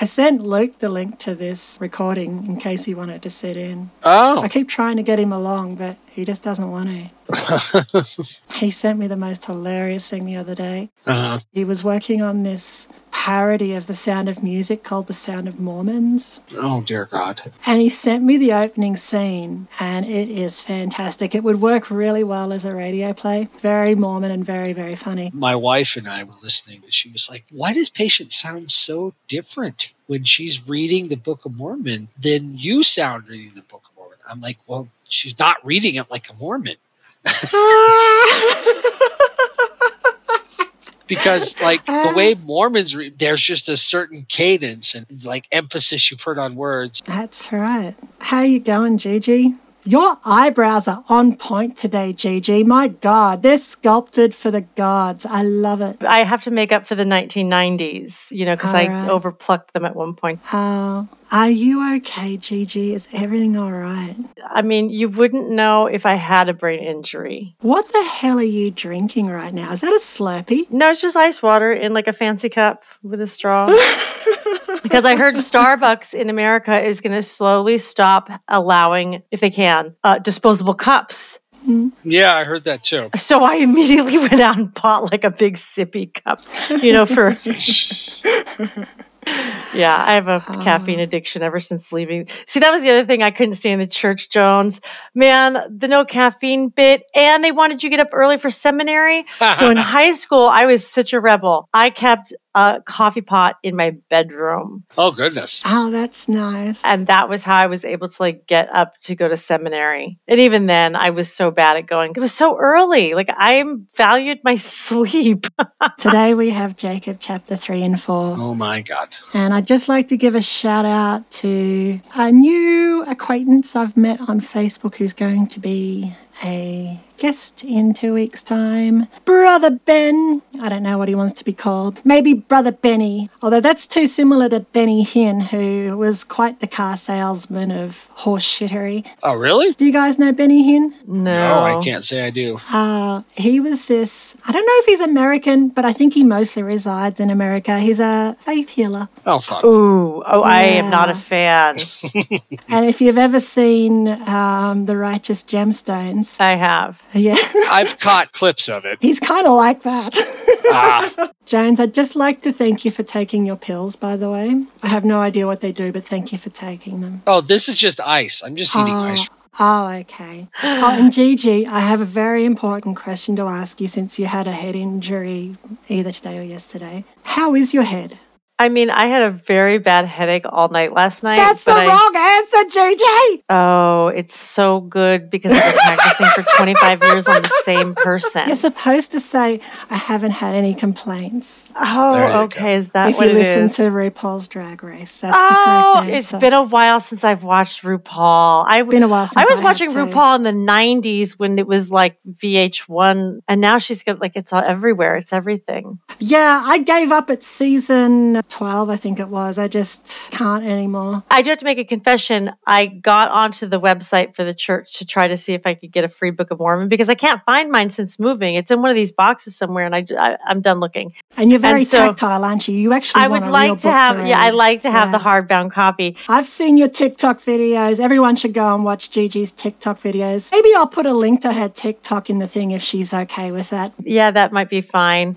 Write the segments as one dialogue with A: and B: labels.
A: I sent Luke the link to this recording in case he wanted to sit in.
B: Oh,
A: I keep trying to get him along, but he just doesn't want to. he sent me the most hilarious thing the other day.
B: uh-huh.
A: He was working on this parody of The Sound of Music called The Sound of Mormons.
B: oh dear God.
A: And he sent me the opening scene, and it is fantastic. It would work really well as a radio play. Very Mormon and very, very funny.
B: My wife and I were listening, and she was like, "Why does patient sound so different when she's reading the Book of Mormon than you sound reading the Book of Mormon?" I'm like, "Well, she's not reading it like a Mormon." because like the way Mormons read, there's just a certain cadence and like emphasis you put on words.
A: That's right. How you going, Gigi? Your eyebrows are on point today, Gigi. My God, they're sculpted for the gods. I love it.
C: I have to make up for the 1990s, you know, because I
A: Alright.
C: overplucked them at one point.
A: Oh, are you okay, Gigi? Is everything all right?
C: I mean, you wouldn't know if I had a brain injury.
A: What the hell are you drinking right now? Is that a Slurpee?
C: No, it's just ice water in like a fancy cup with a straw. because I heard Starbucks in America is going to slowly stop allowing, if they can, uh, disposable cups.
B: Yeah, I heard that too.
C: So I immediately went out and bought like a big sippy cup, you know, for. Yeah, I have a caffeine addiction ever since leaving. See, that was the other thing I couldn't stand the church, Jones. Man, the no caffeine bit, and they wanted you to get up early for seminary. so in high school, I was such a rebel. I kept a coffee pot in my bedroom,
B: Oh goodness.
A: Oh, that's nice.
C: and that was how I was able to like get up to go to seminary. And even then, I was so bad at going. It was so early. Like I valued my sleep.
A: Today we have Jacob chapter 3 and 4.
B: Oh my God.
A: And I'd just like to give a shout out to a new acquaintance I've met on Facebook who's going to be a guest in two weeks' time. Brother Ben. I don't know what he wants to be called. Maybe Brother Benny, although that's too similar to Benny Hinn, who was quite the car salesman of horse shittery.
B: Oh really?
A: Do you guys know Benny Hinn?
C: No,
B: No, I can't say I do.
A: Uh, he was this, I don't know if he's American, but I think he mostly resides in America. He's a faith healer.
B: Oh fuck.
C: Ooh, oh, I am not a
A: Yeah.
C: fan.
A: And if you've ever seen um, The Righteous Gemstones,
C: I have.
A: yeah,
B: I've caught clips of it.
A: he's kind of like that.
B: Ah.
A: Jones, I'd just like to thank you for taking your pills, by the way. I have no idea what they do, but thank you for taking them.
B: Oh, this is just ice. I'm just eating ice.
A: Oh, okay. Oh, and Gigi, I have a very important question to ask you since you had a head injury either today or yesterday. How is your head?
C: I mean, I had a very bad headache all night last night.
A: That's the
C: but I-
A: wrong answer, Gigi!
C: Oh, it's so good because I've been practicing for 25 years on the same person.
A: You're supposed to say, I haven't had any complaints.
B: There you go.
C: Oh, okay. Is that
A: if
C: what
A: you
C: it
A: listen
C: is?
A: to RuPaul's Drag Race, that's the
C: Oh,
A: correct
C: it's
A: answer.
C: been a while since I've watched RuPaul. I
A: Been a while
C: I
A: since
C: was
A: I have
C: watching
A: too.
C: RuPaul in the 90s when it was like VH1, and now she's got like it's all everywhere. It's everything.
A: Yeah, I gave up at season 12, I think it was. I just can't anymore.
C: I do have to make a confession. I got onto the website for the church to try to see if I could get a free Book of Mormon because I can't find mine since moving. It's in one of these boxes somewhere, and I, I am done looking.
A: And you're very
C: And so-
A: tactile, aren't you? You actually
C: I
A: want a
C: would
A: real
C: like to
A: book
C: have, yeah, I
A: read.
C: like to have the
A: Yeah.
C: hardbound copy.
A: I've seen your TikTok videos. Everyone should go and watch Gigi's TikTok videos. Maybe I'll put a link to her TikTok in the thing if she's okay with that.
C: Yeah, that might be fine.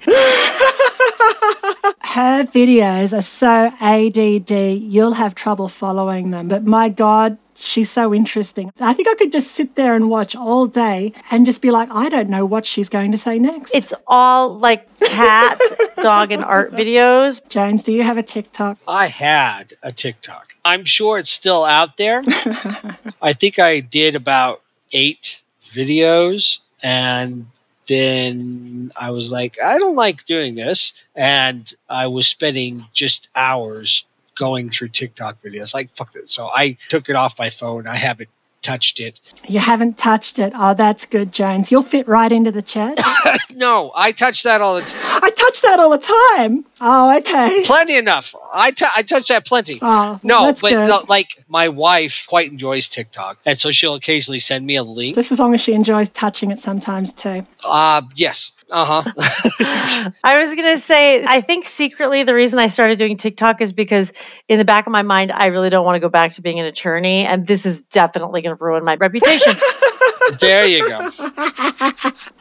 A: Her videos are so ADD, you'll have trouble following them. But my God, she's so interesting. I think I could just sit there and watch all day and just be like, I don't know what she's going to say next.
C: It's all like cat, dog, and art videos.
A: Jones, do you have a TikTok?
B: I had a TikTok. I'm sure it's still out there. I think I did about eight videos and then I was like, I don't like doing this. And I was spending just hours going through TikTok videos. Like, fuck it. So I took it off my phone. I haven't touched it
A: You haven't touched it. Oh, that's good, Jones. You'll fit right into the chat.
B: No, I touch that all. It's
A: I touch that all the time. Oh, okay.
B: plenty enough. I tou- I touch that plenty.
A: Oh,
B: no,
A: that's
B: but
A: good.
B: no, like my wife quite enjoys TikTok, and so she'll occasionally send me a link.
A: Just as long as she enjoys touching it sometimes too.
B: Uh yes, Uh huh.
C: I was going to say, I think secretly the reason I started doing TikTok is because in the back of my mind, I really don't want to go back to being an attorney. And this is definitely going to ruin my reputation.
B: there you go.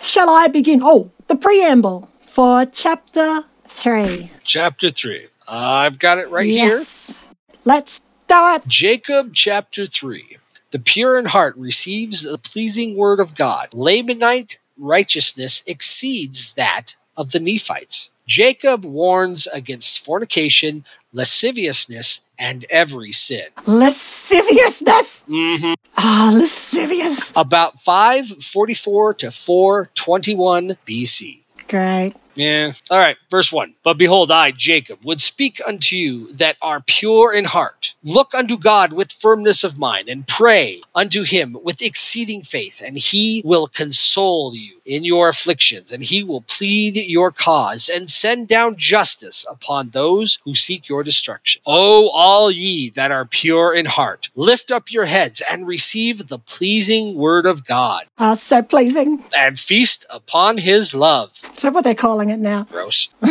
A: Shall I begin? Oh, the preamble for chapter three.
B: Chapter three. I've got it right here.
A: yes. Let's do it.
B: Jacob chapter 3. The pure in heart receives the pleasing word of God. Lamanite righteousness exceeds that of the Nephites. Jacob warns against fornication, lasciviousness, and every sin.
A: Lasciviousness.
B: Mhm.
A: Ah, lascivious.
B: About 544 to 421 BC.
A: Great.
B: Yeah. All right. Verse 1. But behold, I, Jacob, would speak unto you that are pure in heart. Look unto God with firmness of mind and pray unto him with exceeding faith, and he will console you in your afflictions, and he will plead your cause and send down justice upon those who seek your destruction. O all ye that are pure in heart, lift up your heads and receive the pleasing word of God,
A: Ah, so pleasing.
B: and feast upon his love.
A: Is that what they're calling it now?
B: Gross.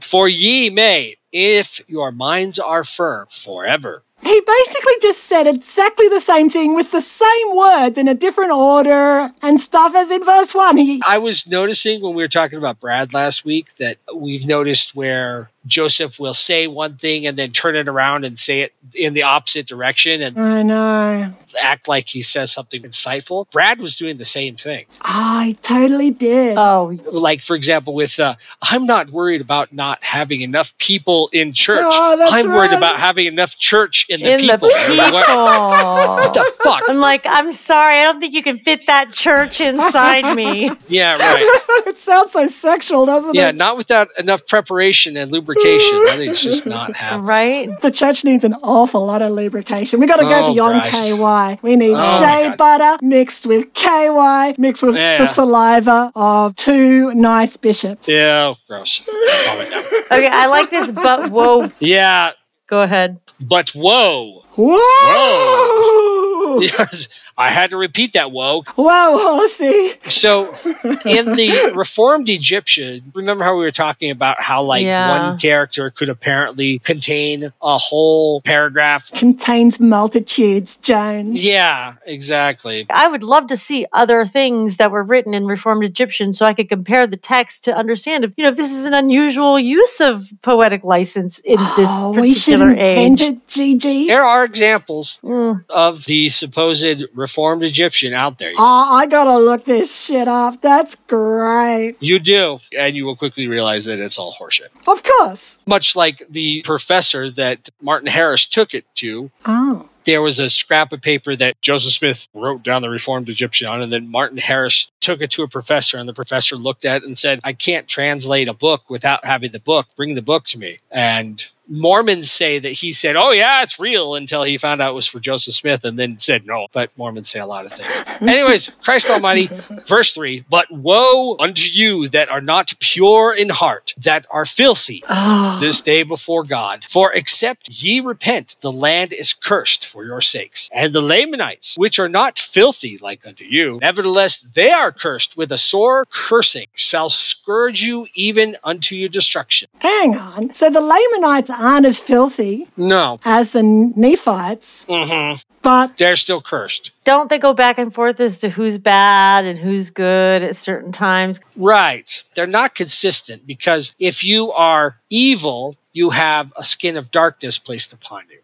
B: For ye may, if your minds are firm, forever.
A: He basically just said exactly the same thing with the same words in a different order and stuff as in verse one. He,
B: I was noticing when we were talking about Brad last week that we've noticed where Joseph will say one thing and then turn it around and say it in the opposite direction and
A: I know.
B: act like he says something insightful. Brad was doing the same thing.
A: I totally did.
C: Oh,
B: Like, for example, with uh, I'm not worried about not having enough people in church.
A: Oh, that's
B: I'm worried
A: right.
B: about having enough church in the
C: in
B: people.
C: the people.
B: what the fuck?
C: I'm like, I'm sorry. I don't think you can fit that church inside me.
B: Yeah, right.
A: it sounds so sexual, doesn't
B: Yeah,
A: it?
B: not without enough preparation and lubrication. That is just not happening.
C: Right?
A: The church needs an awful lot of lubrication. We got to go
B: Oh,
A: beyond
B: Christ.
A: KY. We need
B: Oh,
A: shea
B: God.
A: butter mixed with KY, mixed with
B: Yeah.
A: the saliva of two nice bishops.
B: Yeah, gross. Vomit now.
C: Okay. I like this, but whoa.
B: Yeah,
C: Go ahead.
B: but whoa.
A: Whoa!
B: Whoa. I had to repeat that whoa.
A: Whoa, horsey!
B: So in the reformed Egyptian, remember how we were talking about how like
C: Yeah.
B: one character could apparently contain a whole paragraph?
A: Contains multitudes, Jones.
B: Yeah, exactly.
C: I would love to see other things that were written in Reformed Egyptian so I could compare the text to understand if, you know, if this is an unusual use of poetic license in this
A: oh, we should
C: particular
A: invent
C: age.
A: it, Gigi.
B: There are examples
C: Mm.
B: of the supposed reformed Egyptian out there.
A: Oh, I gotta look this shit up. That's great.
B: You do, and you will quickly realize that it's all horseshit.
A: Of course.
B: much like the professor that Martin Harris took it to,
A: Oh.
B: there was a scrap of paper that Joseph Smith wrote down the Reformed Egyptian on, and then Martin Harris took it to a professor, and the professor looked at it and said, I can't translate a book without having the book. Bring the book to me. And Mormons say that he said, Oh, yeah, it's real, until he found out it was for Joseph Smith and then said no. But Mormons say a lot of things. Anyways, Christ Almighty, verse three, but woe unto you that are not pure in heart, that are filthy, this day before God. For except ye repent, the land is cursed for your sakes. And the Lamanites, which are not filthy like unto you, nevertheless they are cursed with a sore cursing, shall scourge you even unto your destruction.
A: Hang on. So the Lamanites aren't as filthy
B: No.
A: as the Nephites,
B: Mhm.
A: but
B: They're still cursed.
C: Don't they go back and forth as to who's bad and who's good at certain times?
B: Right. They're not consistent because if you are evil, you have a skin of darkness placed upon you.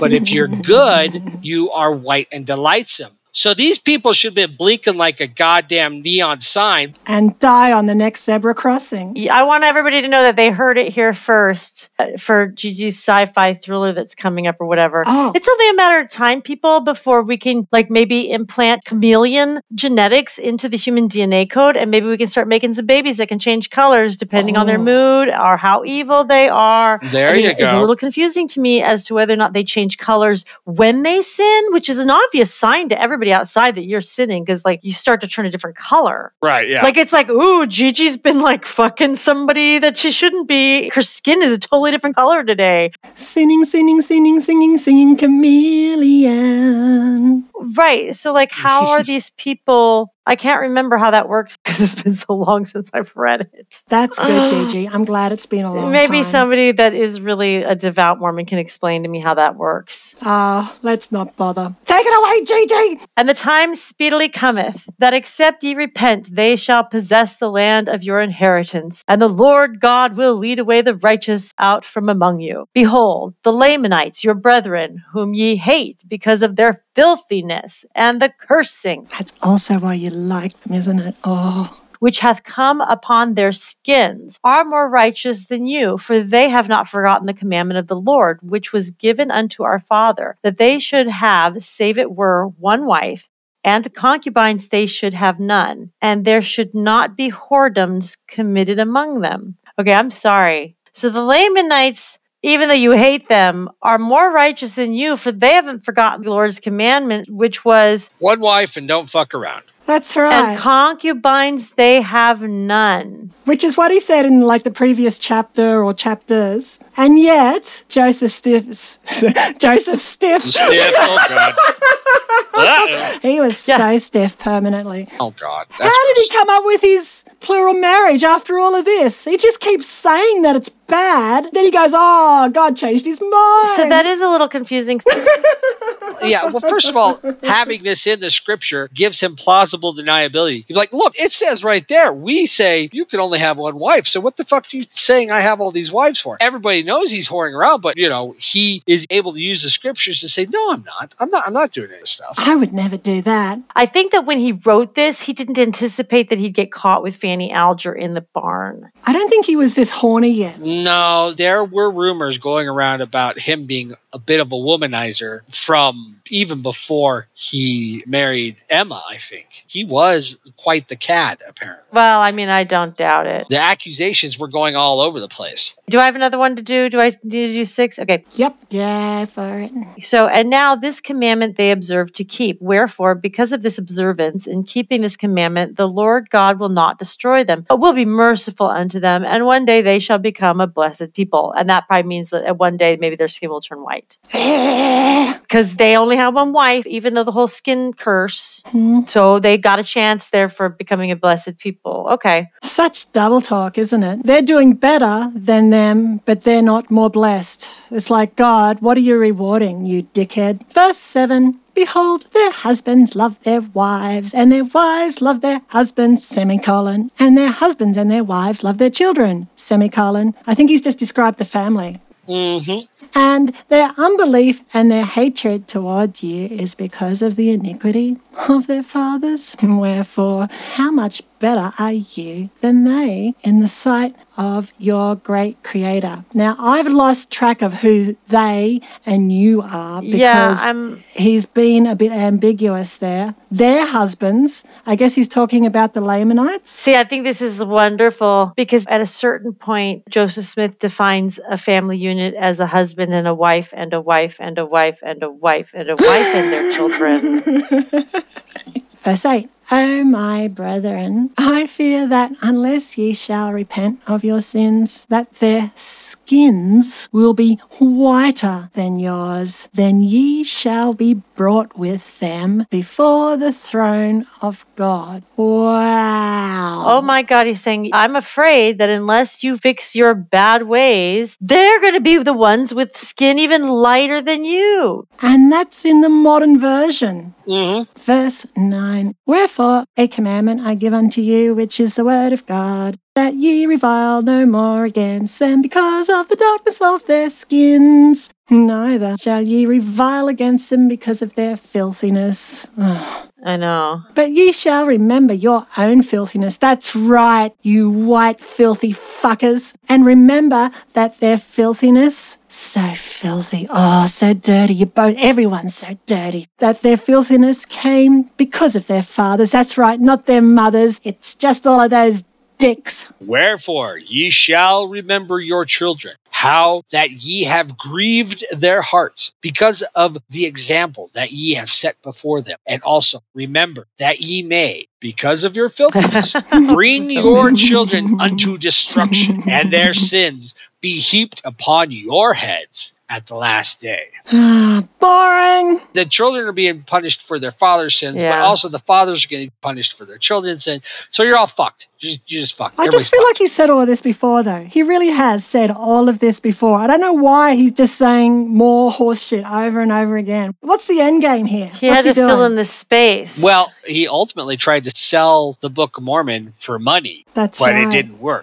B: But if you're good, you are white and delightsome. So these people should be blinking like a goddamn neon sign.
A: and die on the next zebra crossing.
C: I want everybody to know that they heard it here first uh, for Gigi's sci-fi thriller that's coming up or whatever.
A: Oh.
C: It's only a matter of time, people, before we can like maybe implant chameleon genetics into the human DNA code, and maybe we can start making some babies that can change colors depending on their mood or how evil they are.
B: There
C: I mean,
B: you
C: It's a
B: go.
C: little confusing to me as to whether or not they change colors when they sin, which is an obvious sign to everybody outside that you're sinning because like you start to turn a different color.
B: Right. Yeah.
C: Like it's like, ooh, Gigi's been like fucking somebody that she shouldn't be. Her skin is a totally different color today.
A: Singing, singing, singing, singing, singing chameleon.
C: Right. So like how are these people I can't remember how that works because it's been so long since I've read it.
A: That's good, Gigi. I'm glad it's been a long
C: Maybe
A: time.
C: somebody that is really a devout Mormon can explain to me how that works.
A: Ah, let's not bother. Take it away, Gigi.
C: And the time speedily cometh that except ye repent, they shall possess the land of your inheritance. And the Lord God will lead away the righteous out from among you. Behold, the Lamanites, your brethren, whom ye hate because of their filthiness and the cursing
A: That's also why you like them, isn't it? Oh,
C: which hath come upon their skins, are more righteous than you, for they have not forgotten the commandment of the Lord, which was given unto our father, that they should have, save it were, one wife, and concubines they should have none, and there should not be whoredoms committed among them. Okay, I'm sorry. So the Lamanites, even though you hate them, are more righteous than you, for they haven't forgotten the Lord's commandment, which was
B: One wife and don't fuck around.
A: that's right.
C: and concubines they have none.
A: Which is what he said in like the previous chapter or chapters. And yet, Joseph Stiffs, Joseph Stiff,
B: Stiff. Oh god. Ah.
A: he was
C: Yeah.
A: so stiff permanently.
B: Oh god. That's
A: How did
B: gross.
A: he come up with his plural marriage after all of this? He just keeps saying that it's bad. Then he goes, "Oh, God changed his mind."
C: So that is a little confusing.
B: yeah. Well, first of all, having this in the scripture gives him plausible deniability. He's like, look, it says right there, we say you can only have one wife. So what the fuck are you saying I have all these wives for? Everybody knows he's whoring around, but you know, he is able to use the scriptures to say, No, I'm not. I'm not I'm not doing any of this stuff.
A: I would never do that.
C: I think that when he wrote this, he didn't anticipate that he'd get caught with Fanny Alger in the barn.
A: I don't think he was this horny yet.
B: No, there were rumors going around about him being a bit of a womanizer from even before he married Emma, I think. He was quite the cat, apparently.
C: Well, I mean, I don't doubt it.
B: the accusations were going all over the place.
C: Do I have another one to do? Do I need to do six? Okay.
A: Yep. Yeah, for it.
C: So, and now this commandment they observe to keep. Wherefore, because of this observance in keeping this commandment, the Lord God will not destroy them, but will be merciful unto them. And one day they shall become a blessed people. And that probably means that at one day maybe their skin will turn white. Because they only have one wife, even though the whole skin curse.
A: Hmm.
C: So they got a chance there for becoming a blessed people. Okay.
A: Such double talk, isn't it? They're doing better than them, but they're not more blessed. It's like, God, what are you rewarding, you dickhead? Verse 7 Behold, their husbands love their wives, and their wives love their husbands, semicolon, and their husbands and their wives love their children, semicolon. I think he's just described the family. And their unbelief and their hatred towards you is because of the iniquity of their fathers. Wherefore, how much better are you than they in the sight of your great creator? Now, I've lost track of who they and you are because
C: Yeah, I'm-
A: he's been a bit ambiguous there. Their husbands, I guess he's talking about the Lamanites.
C: See, I think this is wonderful because at a certain point, Joseph Smith defines a family unit as a husband and a wife and a wife and a wife and a wife and a wife and their children.
A: Verse 8 O my brethren, I fear that unless ye shall repent of your sins, that their skins will be whiter than yours, then ye shall be brought with them before the throne of God. Wow.
C: Oh my God, he's saying, I'm afraid that unless you fix your bad ways, they're going to be the ones with skin even lighter than you.
A: And that's in the modern version. Verse 9 Wherefore a commandment I give unto you, which is the word of God, that ye revile no more against them because of the darkness of their skins. Neither shall ye revile against them because of their filthiness. Ugh.
C: I know.
A: But ye shall remember your own filthiness. That's right, you white, filthy fuckers. And remember that their filthiness, so filthy, oh, so dirty, you both, everyone's so dirty, that their filthiness came because of their fathers. That's right, not their mothers. It's just all of those dicks.
B: Wherefore ye shall remember your children, how that ye have grieved their hearts because of the example that ye have set before them. And also remember that ye may, because of your filthiness, bring your children unto destruction and their sins be heaped upon your heads. at the last day.
A: Boring.
B: The children are being punished for their father's sins, but
C: Yeah.
B: also the fathers are getting punished for their children's sins. So you're all fucked. You're just, you're just fucked.
A: I
B: Everybody's
A: just feel
B: fucked.
A: like he's said all of this before, though. He really has said all of this before. I don't know why he's just saying more horse shit over and over again. What's the end game here?
C: He
A: What's
C: had to fill
A: doing?
C: in the space.
B: Well, he ultimately tried to sell the Book of Mormon for money,
A: That's
B: but
A: right.
B: it didn't work.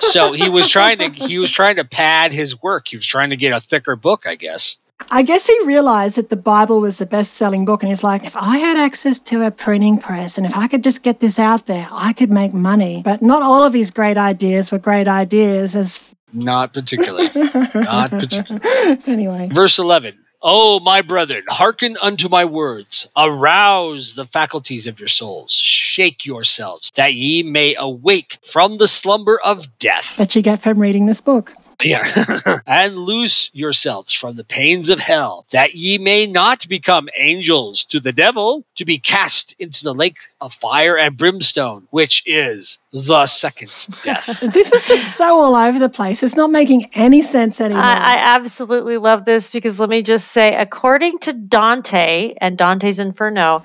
B: so he was trying to he was trying to pad his work. He was trying to get a thicker book, I guess.
A: I guess he realized that the Bible was the best selling book, and he's like, if I had access to a printing press and if I could just get this out there, I could make money. But not all of his great ideas were great ideas, as
B: Not particularly. Not particularly.
A: anyway.
B: Verse 11. Oh, my brethren, hearken unto my words. Arouse the faculties of your souls. Shake yourselves, that ye may awake from the slumber of death.
A: That you get from reading this book.
B: Yeah. and loose yourselves from the pains of hell, that ye may not become angels to the devil, to be cast into the lake of fire and brimstone, which is the second death.
A: This is just so all over the place. It's not making any sense anymore.
C: I, I absolutely love this because let me just say, according to Dante and Dante's Inferno,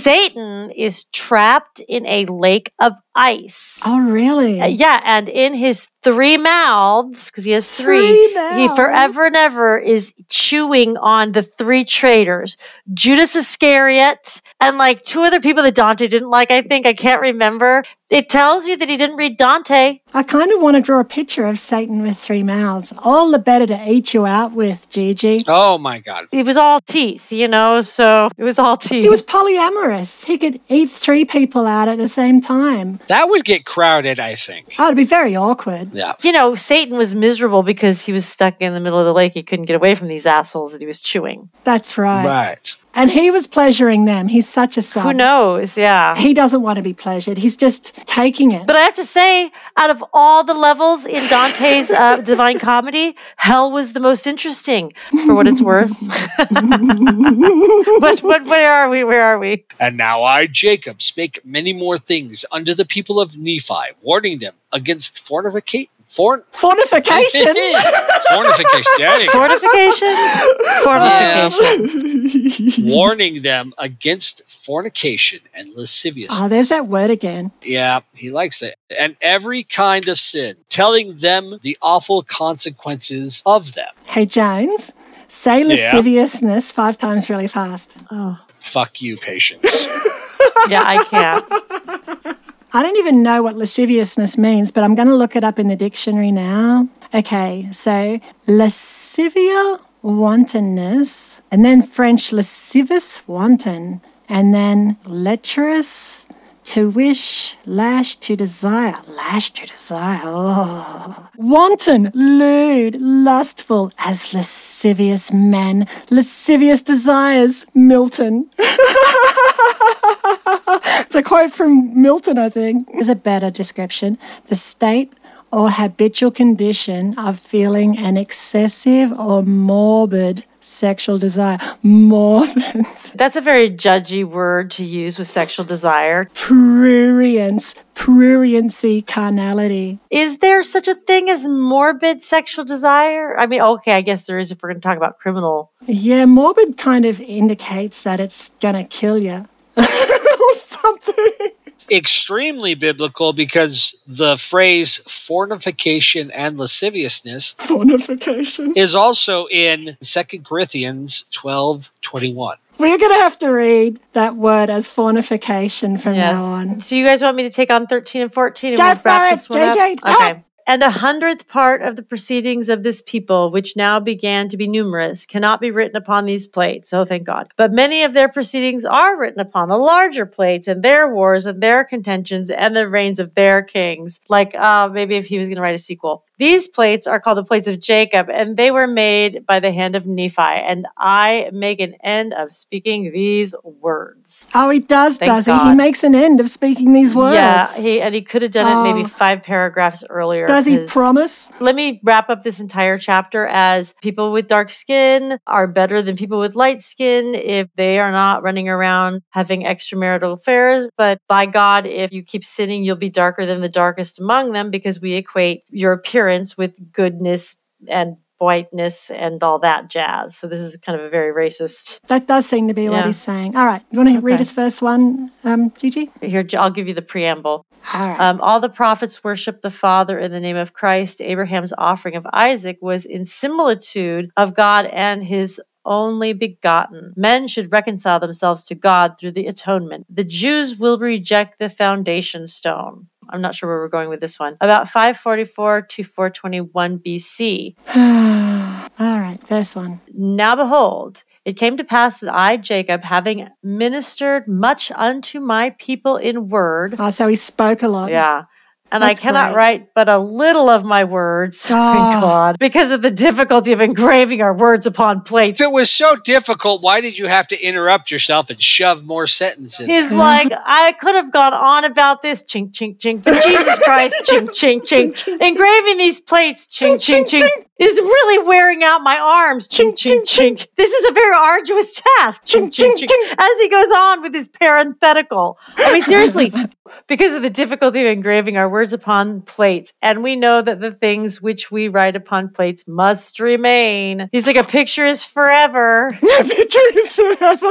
C: Satan is trapped in a lake of ice.
A: oh, really?
C: Uh, Yeah, and in his three mouths, because he has three,
A: Three
C: he
A: mouths.
C: forever and ever is chewing on the three traitors Judas Iscariot and like two other people that Dante didn't like, I think. I can't remember. It tells you that he didn't read Dante.
A: I kind of want to draw a picture of Satan with three mouths. All the better to eat you out with, Gigi.
B: oh my God.
C: It was all teeth, you know, so it was all teeth.
A: He was polyamorous. He could eat three people out at the same time.
B: That would get crowded, I think.
A: Oh, it'd be very awkward.
B: Yeah.
C: you know, Satan was miserable because he was stuck in the middle of the lake. He couldn't get away from these assholes that he was chewing.
A: That's right.
B: Right.
A: And he was pleasuring them. He's such a son.
C: Who knows? Yeah.
A: He doesn't want to be pleasured. He's just taking it.
C: But I have to say, out of all the levels in Dante's uh, Divine Comedy, hell was the most interesting, for what it's worth. but, but where are we? Where are we?
B: And now I, Jacob, spake many more things unto the people of Nephi, warning them against fornication. Forn-
A: Fornication.
B: fornification. There you go.
C: Fortification? Fortification.
B: warning them against fornication and lasciviousness.
A: oh, there's that word again.
B: Yeah, he likes it. And every kind of sin, telling them the awful consequences of them.
A: Hey, Jones, say lasciviousness five times really fast.
B: Fuck you, patience.
C: Yeah, I can't.
A: I don't even know what lasciviousness means, but I'm going to look it up in the dictionary now. Okay, so lascivia, wantonness, and then French lascivious, wanton, and then lecherous, to wish, lash, to desire, lash, to desire. Oh. Wanton, lewd, lustful, as lascivious men, lascivious desires, Milton. It's a quote from Milton, I think. Is a better description. The state or habitual condition of feeling an excessive or morbid sexual desire. Morbid.
C: That's a very judgy word to use with sexual desire.
A: Prurience. Pruriency. Carnality.
C: Is there such a thing as morbid sexual desire? I mean, okay, I guess there is if we're going to talk about criminal.
A: Yeah, morbid kind of indicates that it's going to kill you. or something.
B: Extremely biblical because the phrase fornication and lasciviousness
A: Pornification.
B: is also in 2 Corinthians 12 21.
A: We're going to have to read that word as fornification from
C: Yes.
A: now on.
C: So you guys want me to take on 13 and 14 and
A: Go
C: we'll wrap
A: for it,
C: this one up?
A: JJ, go.
C: Okay. And a hundredth part of the proceedings of this people, which now began to be numerous, cannot be written upon these plates. Oh, thank God. But many of their proceedings are written upon the larger plates and their wars and their contentions and the reigns of their kings. Like, uh, maybe if he was going to write a sequel. These plates are called the plates of Jacob and they were made by the hand of Nephi. And I make an end of speaking these words.
A: Oh, he does,
C: Thank
A: does he? He
C: God.
A: makes an end of speaking these words.
C: Yeah, he and he could have done it
A: Oh.
C: maybe five paragraphs earlier.
A: does he
C: 'cause-
A: promise?
C: Let me wrap up this entire chapter as people with dark skin are better than people with light skin if they are not running around having extramarital affairs. But by God, if you keep sinning, you'll be darker than the darkest among them because we equate your appearance with goodness and whiteness and all that jazz. So this is kind of a very racist.
A: That does seem to be what
C: Yeah.
A: he's saying. All right. You want to read
C: Okay.
A: his first one, um, Gigi?
C: Here, I'll give you the preamble.
A: All right.
C: Um, all the prophets worship the Father in the name of Christ. Abraham's offering of Isaac was in similitude of God and his only begotten. Men should reconcile themselves to God through the atonement. The Jews will reject the foundation stone. I'm not sure where we're going with this one. About 544 to 421 BC.
A: All right. First one.
C: Now behold, it came to pass that I, Jacob, having ministered much unto my people in word,
A: Oh, so he spoke a lot.
C: yeah. And
A: That's
C: I cannot
A: great.
C: write but a little of my words,
A: Ah.
C: thank God, because of the difficulty of engraving our words upon plates.
B: If it was so difficult, why did you have to interrupt yourself and shove more sentences? in?
C: He's like, I could have gone on about this, chink, chink, chink, but Jesus Christ, chink, chink, chink. Engraving these plates, chink, chink, chink, is really wearing out my arms, chink, chink, chink. This is a very arduous task, chink, chink, chink, as he goes on with his parenthetical. I mean, seriously, because of the difficulty of engraving our words upon plates, and we know that the things which we write upon plates must remain. He's like, a picture is forever,
A: Picture is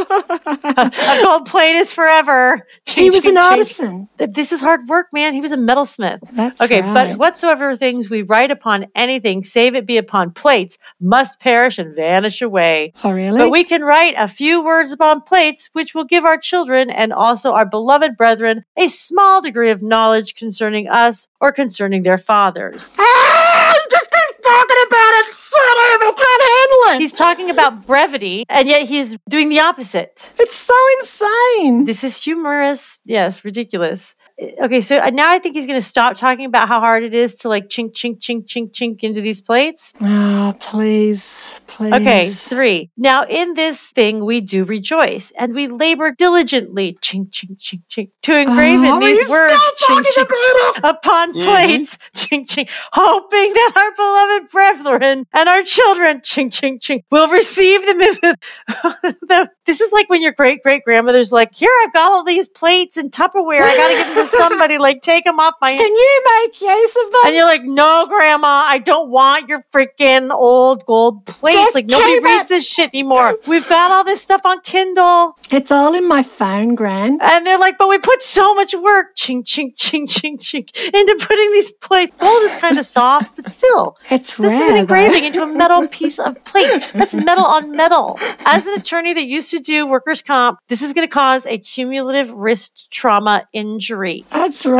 A: forever.
C: a gold plate is forever.
A: he was an
C: artist.
A: artisan.
C: Th- this is hard work, man. He was a metalsmith.
A: That's
C: okay,
A: right.
C: but whatsoever things we write upon anything, save it be upon plates, must perish and vanish away.
A: Oh, really?
C: But we can write a few words upon plates, which will give our children and also our beloved brethren a small degree of knowledge concerning us or concerning their fathers.
A: Ah, you just keep talking about it. Shut up. I can't handle it.
C: He's talking about brevity, and yet he's doing the opposite.
A: it's so insane.
C: This is humorous. Yes, ridiculous. Okay, so uh, now I think he's going to stop talking about how hard it is to like chink, chink, chink, chink, chink into these plates.
A: Ah, please, please.
C: Okay, three. Now in this thing we do rejoice, and we labor diligently, chink, chink, chink, chink, to engrave
A: Oh,
C: in these
A: he's
C: words,
A: still
C: chink,
A: talking
C: chink,
A: about it.
C: upon plates, chink, chink, hoping that our beloved brethren and our children, chink, chink, chink, will receive them. in- the- this is like when your great great grandmother's like, here, I've got all these plates and Tupperware. I got to give them to somebody. Like, take them off my
A: Can you make use of them?
C: and you're like, no, grandma, I don't want your freaking old gold plates.
A: Just
C: like nobody
A: keep
C: reads this shit anymore. We've got all this stuff on Kindle.
A: It's all in my phone, Gran.
C: And they're like, but we put so much work, chink, chink, chink, chink, chink, into putting these plates. Gold is kind of soft, but still.
A: It's
C: This is an
A: rare. though.
C: engraving into a metal piece of plate. That's metal on metal. As an attorney that used to do workers' comp, this is going to cause a cumulative wrist trauma injury.
A: That's
C: Okay.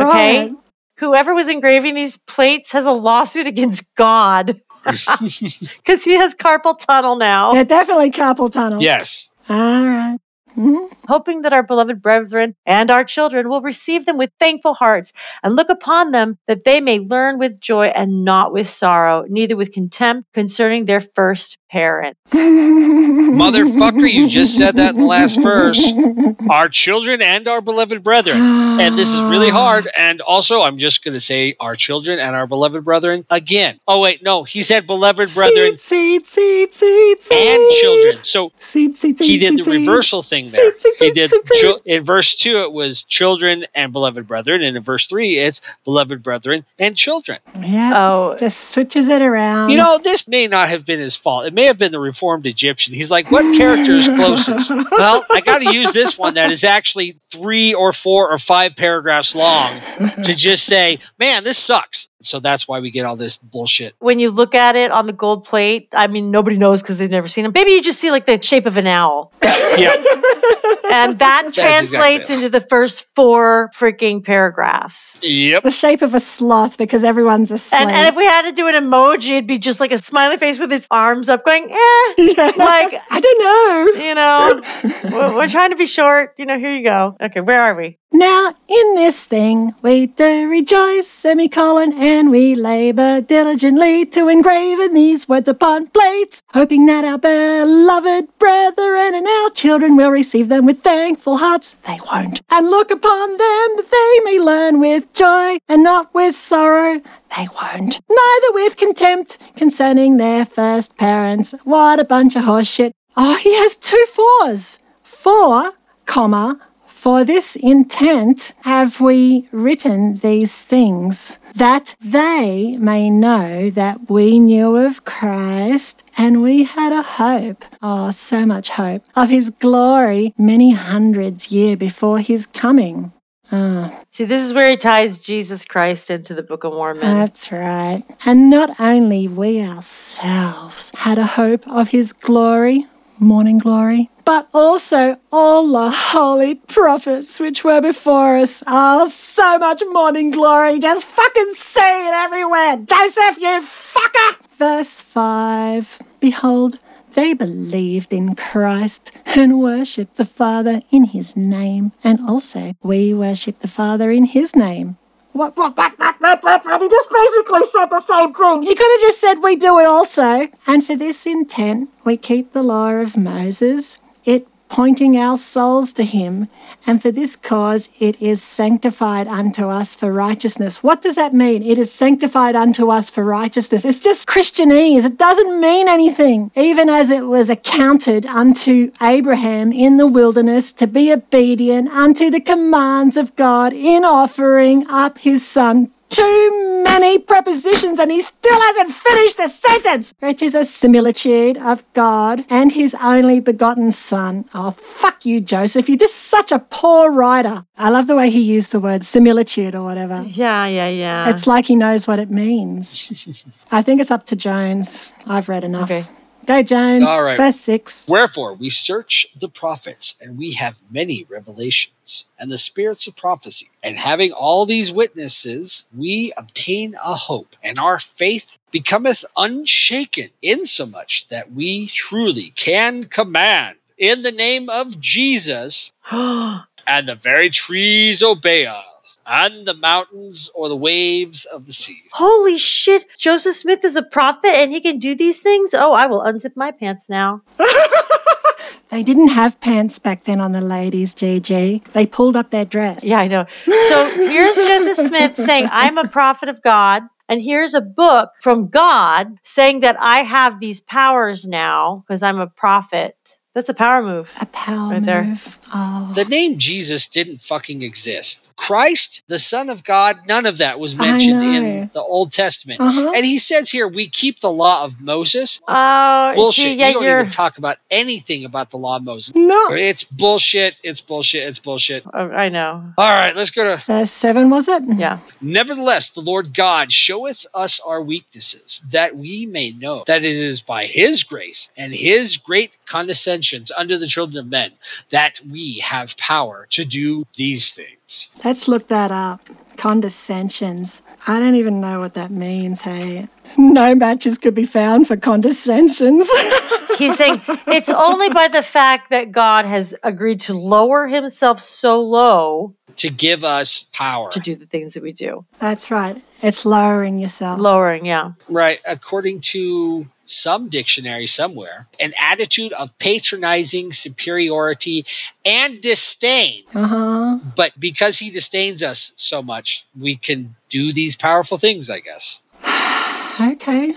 A: right.
C: Whoever was engraving these plates has a lawsuit against God because he has carpal tunnel now.
A: They're definitely carpal tunnel.
B: yes.
A: All right. Mhm.
C: hoping that our beloved brethren and our children will receive them with thankful hearts and look upon them that they may learn with joy and not with sorrow, neither with contempt concerning their first parents.
B: Motherfucker, you just said that in the last verse. Our children and our beloved brethren. And this is really hard. And also, I'm just going to say our children and our beloved brethren again. Oh, wait, no, he said beloved brethren
A: Seed, seed, seed, seed, seed.
B: and children. So
A: Seed, seed, seed,
B: he did the
A: seed, seed.
B: reversal thing there.
A: Seed, seed,
B: He
A: seed,
B: did
A: seed, seed.
B: chil- in verse two, it was children and beloved brethren. And in verse three, it's beloved brethren and children.
A: Yeah.
C: Oh,
A: Just switches it around.
B: You know, this may not have been his fault. It may have been the reformed Egyptian. He's like, what character is closest? well, I got to use this one that is actually three or four or five paragraphs long to just say, man, this sucks. So that's why we get all this bullshit.
C: when you look at it on the gold plate, I mean, nobody knows because they've never seen them. Maybe you just see like the shape of an owl.
B: Yeah.
C: And that
B: exactly
C: translates
B: it.
C: into the first four freaking paragraphs.
B: Yep.
A: the shape of a sloth because everyone's asleep.
C: And, and if we had to do an emoji, it'd be just like a smiley face with its arms up going, eh. Like,
A: I don't know.
C: you know, we're, we're trying to be short. You know, here you go. Okay, where are we?
A: Now, in this thing, we do rejoice, semicolon, and we labor diligently to engrave in these words upon plates, hoping that our beloved brethren and our children will receive them with thankful hearts. They won't. And look upon them that they may learn with joy and not with sorrow. They won't. Neither with contempt concerning their first parents. What a bunch of horse shit. Oh, he has two fours. For, comma, for this intent have we written these things. that they may know that we knew of Christ and we had a hope, oh, so much hope, of his glory many hundreds year before his coming. Ah,
C: See, this is where he ties Jesus Christ into the Book of Mormon.
A: That's right. And not only we ourselves had a hope of his glory, morning glory, but also all the holy prophets which were before us. Oh, so much morning glory. Just fucking see it everywhere. Joseph, you fucker! Verse 5 Behold, they believed in Christ and worshipped the Father in his name, and also we worship the Father in his name. What, what, what, what, what, what, what? He just basically said the same thing. You could have just said, We do it also. And for this intent, we keep the law of Moses, it pointing our souls to him. And for this cause, it is sanctified unto us for righteousness. What does that mean? It is sanctified unto us for righteousness. It's just Christianese. It doesn't mean anything. Even as it was accounted unto Abraham in the wilderness to be obedient unto the commands of God in offering up his son too many prepositions and he still hasn't finished the sentence, which is a similitude of God and his only begotten son. Oh, fuck you, Joseph. You're just such a poor writer. I love the way he used the word similitude or whatever.
C: yeah, yeah, yeah.
A: It's like he knows what it means. I think it's up to Jones. I've read enough.
C: Okay.
A: Go, Jones.
B: All right.
A: Verse six.
B: Wherefore we search the prophets, and we have many revelations, and the spirits of prophecy. And having all these witnesses, we obtain a hope, and our faith becometh unshaken, insomuch that we truly can command in the name of Jesus and the very trees obey us, and the mountains or the waves of the sea.
C: Holy shit, Joseph Smith is a prophet and he can do these things? Oh, I will unzip my pants now.
A: They didn't have pants back then on the ladies, GG. They pulled up their dress.
C: Yeah, I know. So here's Joseph Smith saying, I'm a prophet of God. And here's a book from God saying that I have these powers now because I'm a prophet. That's a power move.
A: A power
C: Right
A: move.
C: there.
A: Oh.
B: The name Jesus didn't fucking exist. Christ, the Son of God, none of that was
A: I
B: mentioned
A: know.
B: in the Old Testament.
A: Uh-huh.
B: And he says here, we keep the law of Moses.
C: Oh,
B: Bullshit.
C: see, yeah,
B: you don't
C: you're.
B: even talk about anything about the law of Moses.
A: No.
B: It's bullshit. It's bullshit. It's bullshit.
C: Oh, I know.
B: All right, let's go to
A: Verse 7, was it?
C: Yeah.
B: Nevertheless, the Lord God showeth us our weaknesses, that we may know that it is by His grace and His great condescensions unto the children of men that we have power to do these things.
A: Let's look that up. Condescensions. I don't even know what that means, hey. No matches could be found for condescensions.
C: He's saying it's only by the fact that God has agreed to lower himself so low
B: To give us power.
C: to do the things that we do.
A: That's right. It's lowering yourself.
C: Lowering, yeah.
B: Right. According to some dictionary somewhere, an attitude of patronizing superiority and disdain.
A: uh-huh.
B: But because He disdains us so much, we can do these powerful things, I guess.
A: Okay.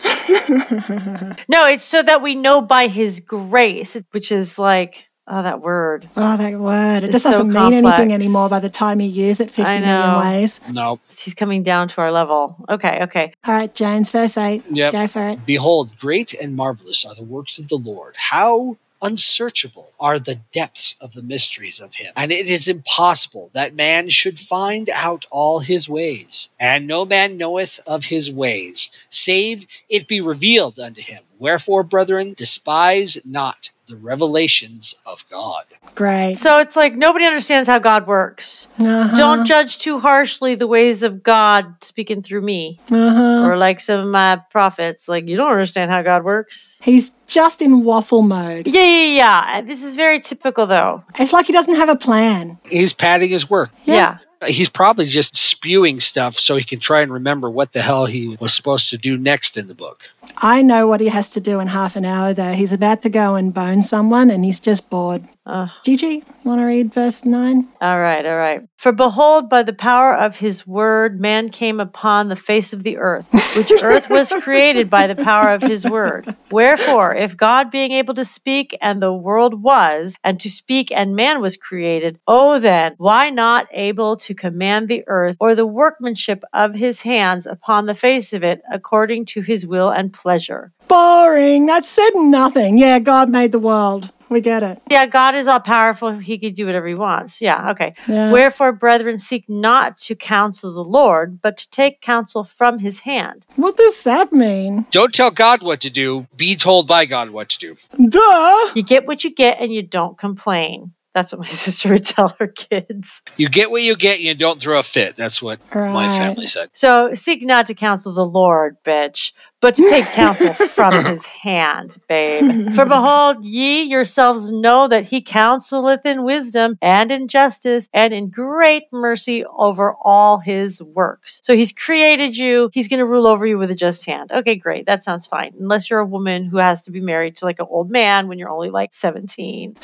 C: No, it's so that we know by his grace, which is like, oh, that word.
A: Oh, that word. It
C: It's
A: just
C: so
A: doesn't mean anything
C: complex.
A: anymore by the time you use it 50
C: I
A: million
C: know.
A: ways.
B: No,
C: He's coming down to our level. Okay, okay.
A: All right, James, verse 8.
B: Yep.
A: Go for it.
B: Behold, great and marvelous are the works of the Lord. How unsearchable are the depths of the mysteries of him. And it is impossible that man should find out all his ways. And no man knoweth of his ways, save it be revealed unto him. Wherefore, brethren, despise not the revelations of God.
A: Great.
C: So it's like nobody understands how God works.
A: Uh-huh.
C: Don't judge too harshly the ways of God speaking through me
A: Uh-huh.
C: or like some of my prophets. Like, you don't understand how God works.
A: He's just in waffle mode.
C: Yeah, yeah, yeah. This is very typical, though.
A: It's like he doesn't have a plan.
B: He's padding his work.
A: Yeah.
C: Yeah.
B: He's probably just spewing stuff so he can try and remember what the hell he was supposed to do next in the book.
A: I know what he has to do in half an hour, though. He's about to go and bone someone and he's just bored.
C: Uh,
A: Gigi, want to read verse 9?
C: all right, all right. For behold, by the power of his word, man came upon the face of the earth, which earth was created by the power of his word. Wherefore, if God being able to speak and the world was, and to speak and man was created, oh then, why not able to command the earth or the workmanship of his hands upon the face of it according to his will and pleasure?
A: Boring. That said nothing. Yeah, God made the world. We get it.
C: Yeah, God is all powerful. He could do whatever he wants. Yeah, okay.
A: Yeah.
C: Wherefore, brethren, seek not to counsel the Lord, but to take counsel from his hand.
A: What does that mean?
B: Don't tell God what to do. Be told by God what to do.
A: Duh.
C: You get what you get and you don't complain. That's what my sister would tell her kids.
B: You get what you get, and you don't throw a fit. That's what my
A: Right.
B: family said.
C: So seek not to counsel the Lord, bitch, but to take counsel from his hand, babe. For behold, ye yourselves know that he counseleth in wisdom and in justice and in great mercy over all his works. So he's created you. He's going to rule over you with a just hand. Okay, great. That sounds fine. Unless you're a woman who has to be married to like an old man when you're only like 17.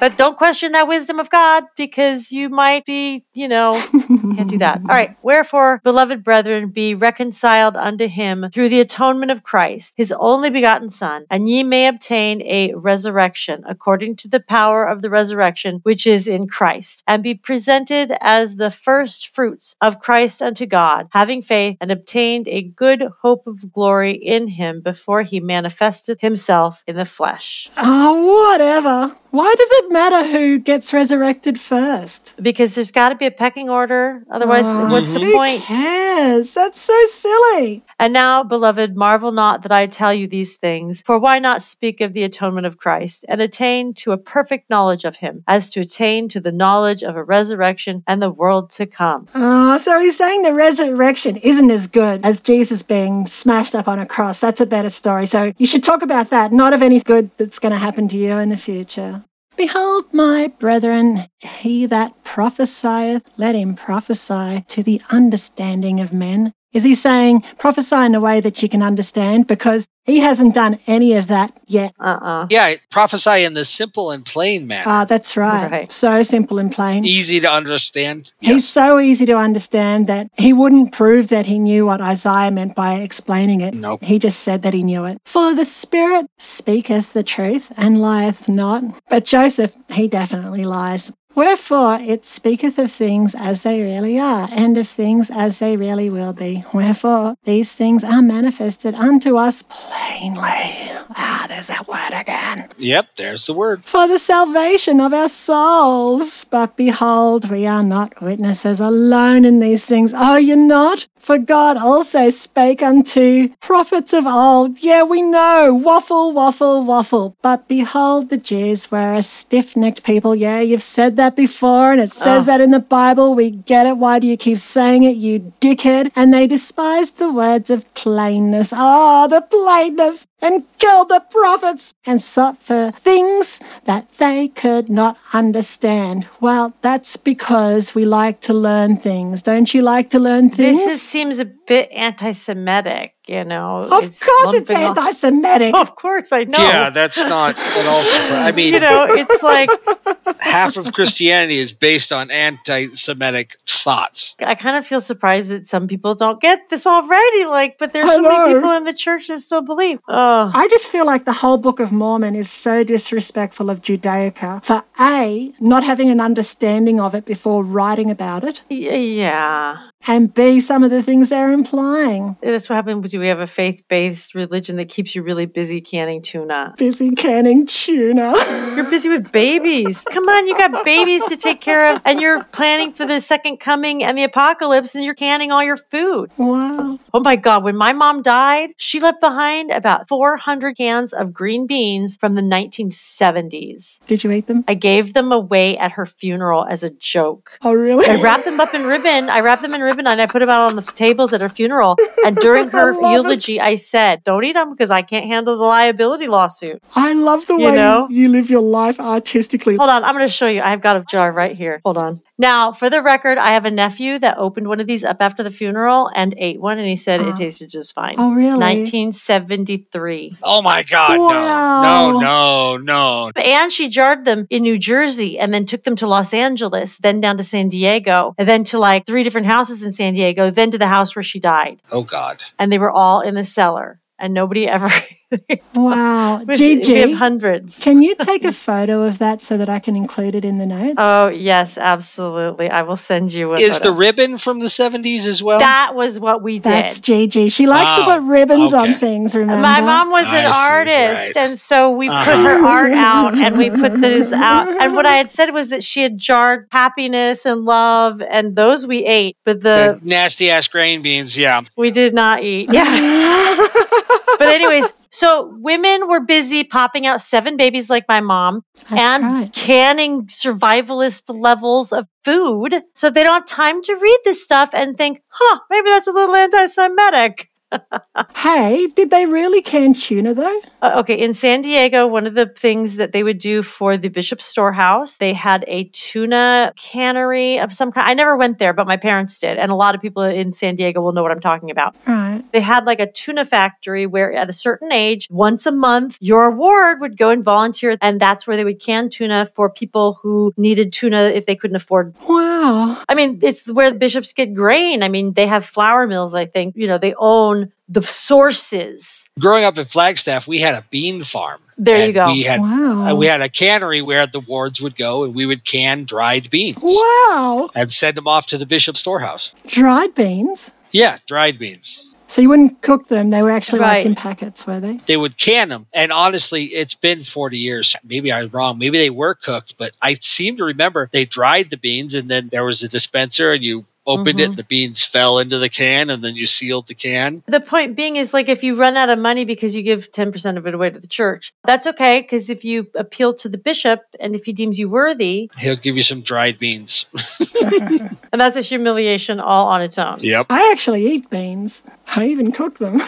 C: But don't question that wisdom of God because you might be, you know, can't do that. All right. Wherefore, beloved brethren, be reconciled unto him through the atonement of Christ, his only begotten Son, and ye may obtain a resurrection according to the power of the resurrection which is in Christ, and be presented as the first fruits of Christ unto God, having faith and obtained a good hope of glory in him before he manifesteth himself in the flesh.
A: Oh, whatever. Why does it matter who gets resurrected first?
C: Because there's got to be a pecking order. Otherwise, what's the
A: Who
C: point?
A: cares? That's so silly.
C: And now, beloved, marvel not that I tell you these things, for why not speak of the atonement of Christ, and attain to a perfect knowledge of him, as to attain to the knowledge of a resurrection and the world to come?
A: Oh, so he's saying the resurrection isn't as good as Jesus being smashed up on a cross. That's a better story. So you should talk about that, not of any good that's going to happen to you in the future. Behold, my brethren, he that prophesieth, let him prophesy to the understanding of men. Is he saying prophesy in a way that you can understand? Because he hasn't done any of that yet.
C: Uh uh
B: Yeah, prophesy in the simple and plain manner.
A: Ah, that's right.
C: Right.
A: So simple and plain.
B: Easy to understand.
A: He's
B: Yes.
A: so easy to understand that he wouldn't prove that he knew what Isaiah meant by explaining it.
B: Nope.
A: He just said that he knew it. For the Spirit speaketh the truth and lieth not. But Joseph, he definitely lies. Wherefore it speaketh of things as they really are, and of things as they really will be. Wherefore these things are manifested unto us plainly. Ah, there's that word again
B: Yep, there's the word.
A: for the salvation of our souls. But behold, we are not witnesses alone in these things. Are you not? For God also spake unto prophets of old. Yeah, we know. Waffle, waffle, waffle. But behold, the Jews were a stiff necked people. Yeah, you've said that before, and it says
C: Oh.
A: that in the Bible. We get it. Why do you keep saying it, you dickhead? And they despised the words of plainness. Ah, the plainness! And killed the prophets and sought for things that they could not understand. Well, that's because we like to learn things. Don't you like to learn things?
C: This is, seems a bit anti Semitic, you know?
A: of course, it's
C: lumping all-
A: anti Semitic.
C: Of course, I know.
B: Yeah, that's not at all. surpri- I mean,
C: you know, it's like
B: half of Christianity is based on anti-Semitic thoughts.
C: I kind of feel surprised that some people don't get this already. Like, but there's
A: I
C: so many
A: know.
C: people in the church that still believe. Oh,
A: I just feel like the whole Book of Mormon is so disrespectful of Judaica for A, not having an understanding of it before writing about it,
C: y- yeah.
A: and B, some of the things they're implying.
C: That's what happens when we have a faith based religion that keeps you really busy canning tuna.
A: Busy canning tuna.
C: You're busy with babies. Come on, you got babies to take care of, and you're planning for the second coming and the apocalypse, and you're canning all your food.
A: wow.
C: Oh my God, when my mom died, she left behind about 400 cans of green beans from the 1970s.
A: Did you eat them?
C: I gave them away at her funeral as a joke.
A: Oh, really?
C: I wrapped them up in ribbon. I wrapped them in ribbon and I put them out on the tables at her funeral. And during her
A: love it.
C: eulogy, I said, Don't eat them because I can't handle the liability lawsuit.
A: I love the
C: You
A: way
C: know? Oh,
A: you live your life artistically.
C: Hold on. I'm going to show you. I've got a jar right here. Hold on. Now, for the record, I have a nephew that opened one of these up after the funeral and ate one, and he said
A: Ah.
C: it tasted just fine.
A: Oh, really?
C: 1973.
B: Oh my God!
A: Wow.
B: No! No! No! No!
C: And she jarred them in New Jersey and then took them to Los Angeles, then down to San Diego, and then to like three different houses in San Diego, then to the house where she died.
B: Oh God!
C: And they were all in the cellar, and nobody ever.
A: Wow.
C: we have
A: GG.
C: hundreds.
A: Can you take a photo of that so that I can include it in the notes?
C: Oh, yes, absolutely. I will send you a
B: Is
C: photo.
B: the ribbon from the seventies as well?
C: That was what we did.
A: That's GG. She likes to
B: Oh,
A: put ribbons on
B: okay.
A: things, remember?
C: My mom was an
B: I see,
C: artist,
B: right.
C: and so we put
B: Uh-huh.
C: her art out, and we put those out. And what I had said was that she had jarred happiness and love, and those we ate, but the
B: the nasty ass grain beans. Yeah.
C: we did not eat. Yeah. but anyways, so women were busy popping out seven babies like my mom
A: That's
C: and
A: right.
C: canning survivalist levels of food, so they don't have time to read this stuff and think, "Huh, maybe that's a little anti-Semitic."
A: Hey, did they really can tuna though?
C: Uh, okay, in San Diego, one of the things that they would do for the Bishop's Storehouse, they had a tuna cannery of some kind. I never went there, but my parents did. And a lot of people in San Diego will know what I'm talking about.
A: Right.
C: They had like a tuna factory where at a certain age, once a month, your ward would go and volunteer. And that's where they would can tuna for people who needed tuna if they couldn't afford
A: Wow.
C: I mean, it's where the bishops get grain. I mean, they have flour mills, I think. You know, they own the sources.
B: Growing up in Flagstaff, we had a bean farm.
C: There you
B: And
C: go.
B: We had
A: Wow.
B: uh, we had a cannery where the wards would go, and we would can dried beans
A: Wow.
B: and send them off to the bishop's storehouse.
A: Dried beans.
B: Yeah, dried beans.
A: So you wouldn't cook them. They were actually like
C: Right.
A: in packets, were they?
B: They would can them, and honestly, it's been forty years. Maybe I was wrong. Maybe they were cooked, but I seem to remember they dried the beans, and then there was a dispenser, and you opened
C: Mm-hmm.
B: it, and the beans fell into the can, and then you sealed the can.
C: The point being is like if you run out of money because you give 10% of it away to the church, that's okay. Because if you appeal to the bishop and if he deems you worthy,
B: He'll give you some dried beans.
C: and that's a humiliation all on its own.
B: yep.
A: I actually eat beans. I even cook them.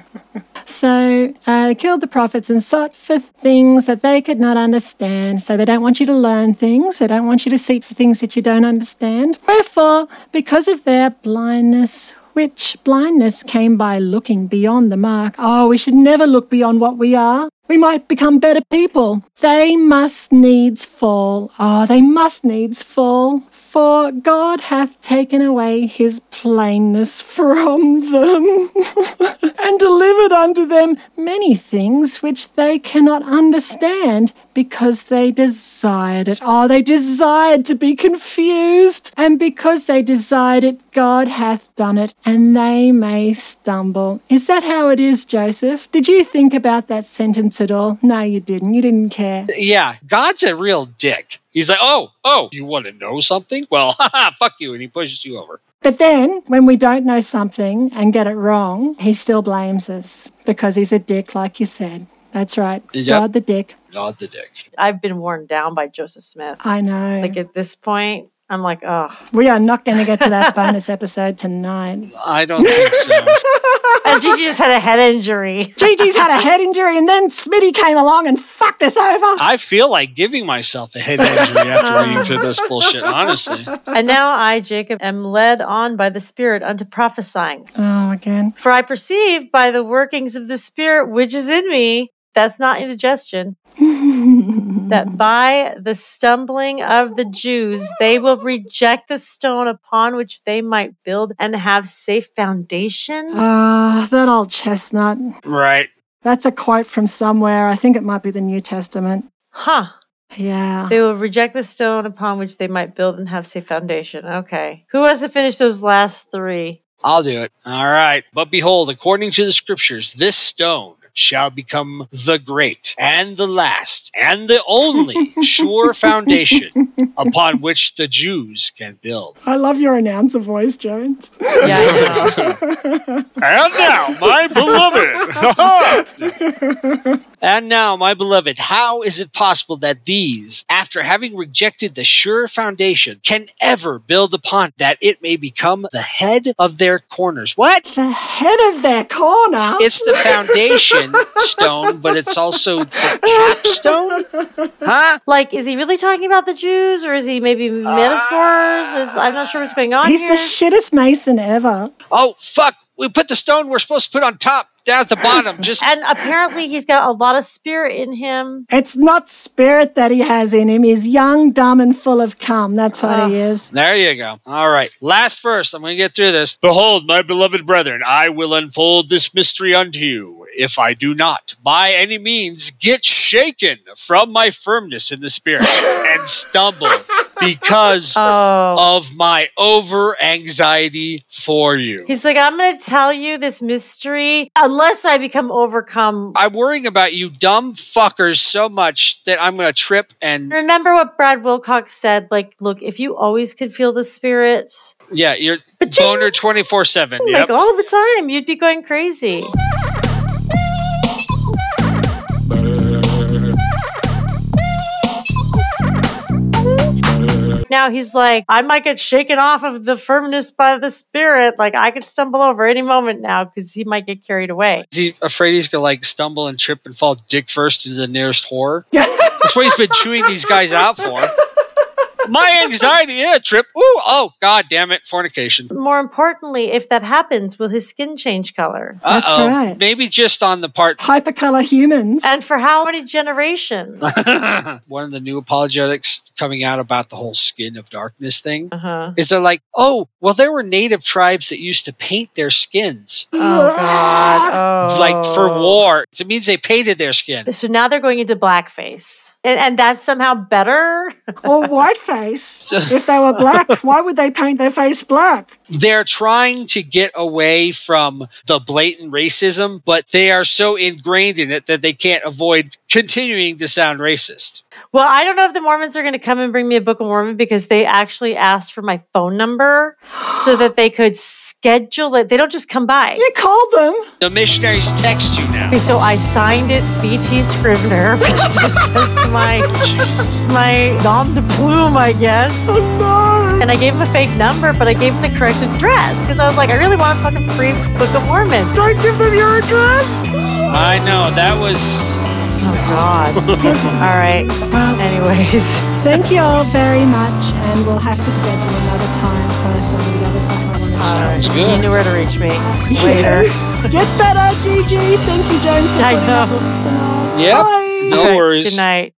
A: so uh, they killed the prophets and sought for things that they could not understand. So they don't want you to learn things. They don't want you to seek for things that you don't understand. Wherefore, because of their blindness, which blindness came by looking beyond the mark. Oh, we should never look beyond what we are. We might become better people. They must needs fall. Oh, they must needs fall. For God hath taken away his plainness from them and delivered unto them many things which they cannot understand because they desired it. Oh, they desired to be confused. And because they desired it, God hath done it, and they may stumble. Is that how it is, Joseph? Did you think about that sentence at all? No, you didn't. You didn't care.
B: Yeah, God's a real dick. He's like, oh, oh, you want to know something? Well, haha, fuck you, and he pushes you over.
A: But then, when we don't know something and get it wrong, he still blames us because he's a dick, like you said. That's right.
B: Yep.
A: God the dick.
B: God the dick.
C: I've been worn down by Joseph Smith.
A: I know.
C: Like at this point, I'm like, oh.
A: we are not going to get to that bonus episode tonight.
B: I don't think so.
C: And Gigi just had a head injury.
A: Gigi's had a head injury, and then Smitty came along and fucked us over.
B: I feel like giving myself a head injury after reading through this bullshit. Honestly,
C: and now I, Jacob, am led on by the Spirit unto prophesying.
A: Oh, again.
C: For I perceive by the workings of the Spirit which is in me, that's not indigestion, that by the stumbling of the Jews, they will reject the stone upon which they might build and have safe foundation.
A: Ah, that old chestnut.
B: right?
A: That's a quote from somewhere. I think it might be the New Testament.
C: Huh.
A: Yeah.
C: They will reject the stone upon which they might build and have safe foundation. Okay. Who wants to finish those last three?
B: I'll do it. All right. But behold, according to the scriptures, this stone shall become the great and the last and the only sure foundation upon which the Jews can build.
A: I love your announcer voice, Jones.
C: Yeah, I know.
B: And now, my beloved. and now, my beloved, how is it possible that these, after having rejected the sure foundation, can ever build upon that it may become the head of their corners? What?
A: the head of their corner.
B: It's the foundation Mormon stone, but it's also the capstone? Huh?
C: Like, is he really talking about the Jews or is he maybe metaphors? Is, I'm not sure what's going on
A: He's
C: here.
A: the shittest mason ever.
B: Oh, fuck. We put the stone we're supposed to put on top down at the bottom. Just
C: and apparently, he's got a lot of spirit in him.
A: It's not spirit that he has in him. He's young, dumb, and full of cum. That's what he is.
B: There you go. All right. Last verse. I'm going to get through this. Behold, my beloved brethren, I will unfold this mystery unto you. If I do not, by any means, get shaken from my firmness in the spirit and stumble because
C: Oh.
B: of my over anxiety for you.
C: He's like, I'm going to tell you this mystery unless I become overcome.
B: I'm worrying about you dumb fuckers so much that I'm going to trip and
C: Remember what Brad Wilcox said? Like, look, if you always could feel the spirit,
B: yeah, you're
C: Ba-ching.
B: boner 24 7.
C: like all the time, you'd be going crazy. Now he's like, I might get shaken off of the firmness by the spirit. Like, I could stumble over any moment now because he might get carried away.
B: Is he afraid he's gonna like stumble and trip and fall dick first into the nearest whore? That's what he's been chewing these guys out for. My anxiety, yeah, trip. Ooh, oh, god damn it, fornication.
C: More importantly, if that happens, will his skin change color?
B: Uh
A: That's
B: oh.
A: right.
B: Maybe just on the part
A: Hypercolor humans.
C: And for how many generations?
B: one of the new apologetics coming out about the whole skin of darkness thing.
C: Uh-huh.
B: Is they're like, oh, well, there were native tribes that used to paint their skins
C: Oh, God. Oh.
B: like for war. It means they painted their skin.
C: So now they're going into blackface. And, and that's somehow better.
A: or whiteface. if they were black, why would they paint their face black?
B: they're trying to get away from the blatant racism, but they are so ingrained in it that they can't avoid continuing to sound racist.
C: Well, I don't know if the Mormons are going to come and bring me a Book of Mormon because they actually asked for my phone number so that they could schedule it. They don't just come by.
A: You called them.
B: The missionaries text you now.
C: Okay, so I signed it BT Scrivener, which is my, it's my nom de plume, I guess.
A: Oh no.
C: And I gave him a fake number, but I gave him the correct address because I was like, I really want a fucking free Book of Mormon.
A: Don't give them your address.
B: I know that was
C: Oh God. All right.
A: Well,
C: Anyways.
A: thank you all very much, and we'll have to schedule another time for some of the other stuff I want to
C: all
A: do.
C: right.
B: Sounds
C: You
B: good.
C: knew where to reach me. Later.
A: Yes. Get better, Gigi. Thank you, James, for
C: I
A: putting up
C: know.
A: with us tonight.
B: Yep.
A: Bye.
B: No
C: Okay,
B: worries.
C: Good night.